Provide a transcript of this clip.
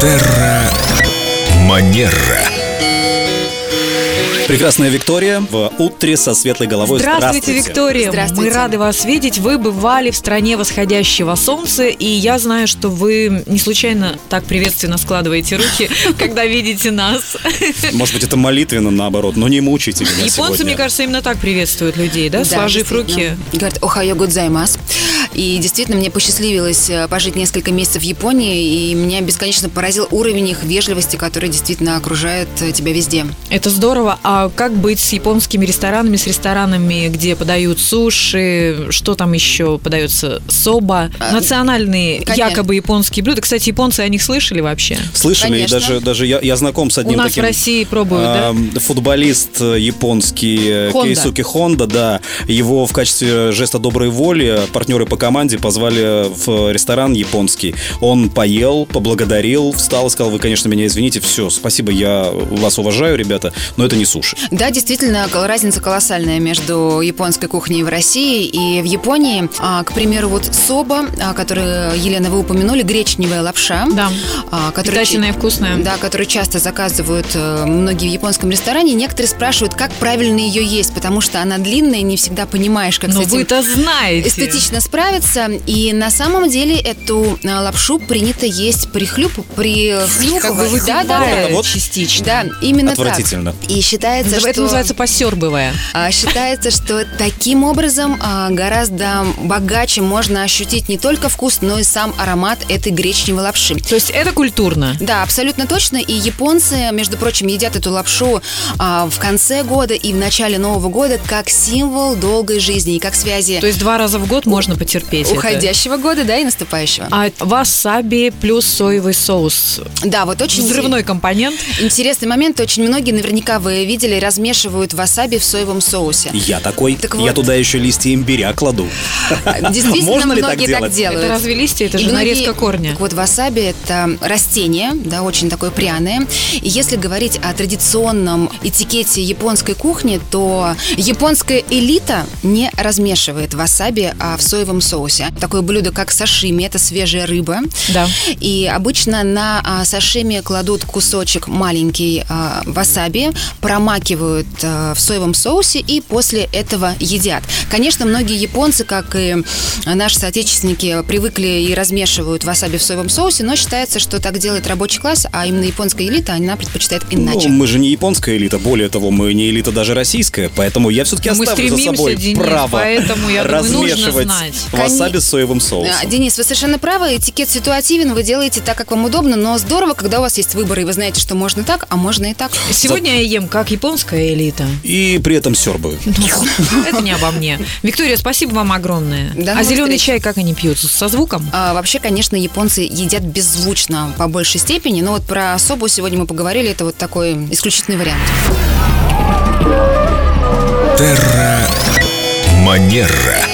Терра Манера. Прекрасная Виктория в утре со светлой головой. Здравствуйте, Виктория. Здравствуйте. Мы рады вас видеть. Вы бывали в стране восходящего солнца, и я знаю, что вы не случайно так приветственно складываете руки, когда видите нас. Может быть, это молитвенно наоборот, но не мучайте меня Японцы, сегодня. мне кажется, именно так приветствуют людей, да, сложив руки. действительно. Говорят, охайо гудзаймас. И действительно, мне посчастливилось э, пожить несколько месяцев в Японии, и меня бесконечно поразил уровень их вежливости, который действительно окружает э, тебя везде. Это здорово. А как быть с японскими ресторанами, с ресторанами, где подают суши, что там еще подается? Соба. А, Национальные, конечно. якобы японские блюда. Кстати, японцы о них слышали вообще? Слышали, Конечно. и даже, даже я, я знаком с У одним нас таким... в России пробуют, да? а, Футболист э, японский э, Хонда. Кейсуки Хонда, да. Его в качестве жеста доброй воли партнеры по команде позвали в ресторан японский. Он поел, поблагодарил, встал и сказал, вы, конечно, меня извините, все, спасибо, я вас уважаю, ребята, но это не суши. Да, действительно, кол- разница колоссальная между японской кухней в России и в Японии. А, К примеру, вот соба, а, которую, Елена, вы упомянули, гречневая лапша. Да. а, которую- Питательная и вкусная. Да, которую часто заказывают э, многие в японском ресторане. Некоторые спрашивают, как правильно ее есть, потому что она длинная, и не всегда понимаешь, как с Но этим вы-то знаете. эстетично справиться. И на самом деле эту э, лапшу принято есть при хлюпу, при как бы, Выхлюпывая да, да, да. вот. частично. Да, именно Отвратительно. так. И считается, Это, что... называется посербывая. А, Считается, что таким образом а, гораздо богаче можно ощутить не только вкус, но и сам аромат этой гречневой лапши. То есть это культурно. Да, абсолютно точно. И японцы, между прочим, едят эту лапшу а, в конце года и в начале Нового года как символ долгой жизни и как связи То есть два раза в год можно потерпеть. это. уходящего года, да, и наступающего. А васаби плюс соевый соус. Да, вот очень Взрывной компонент. интересный момент. Очень многие, наверняка вы видели, размешивают васаби в соевом соусе. Я такой, Так я вот. туда еще листья имбиря кладу. Действительно, Можно ли так многие делать? так делают. Это разве листья? Это Ну И же многие- нарезка корня. Так вот, васаби – это растение, да, очень такое пряное. И если говорить о традиционном этикете японской кухни, то японская элита не размешивает васаби а в соевом соусе. Такое блюдо, как сашими – это свежая рыба. Да. И обычно на а, сашими кладут кусочек маленький а, васаби, промакивают а, в соевом соусе и после этого едят. Конечно, многие японцы, как и наши соотечественники, привыкли и размешивают васаби в соевом соусе, но считается, что так делает рабочий класс, а именно японская элита, она предпочитает иначе. Ну, мы же не японская элита, более того, мы не элита даже российская, поэтому я все-таки Ну, Мы оставлю за стремимся, собой Денис, право поэтому, я думаю, нужно размешивать знать. васаби с соевым А, соусом. Денис, вы совершенно правы, этикет ситуативен, вы делаете так, как вам удобно, но здорово, когда у вас есть выбор, и вы знаете, что можно так, а можно и так. Сегодня я ем как японская элита. И при этом сербы. Это не обо мне. Виктория, спасибо вам огромное. До а новых зеленый встреч. чай как они пьют? Со звуком? А, вообще, конечно, японцы едят беззвучно по большей степени, но вот про особу сегодня мы поговорили, это вот такой исключительный вариант. Манера.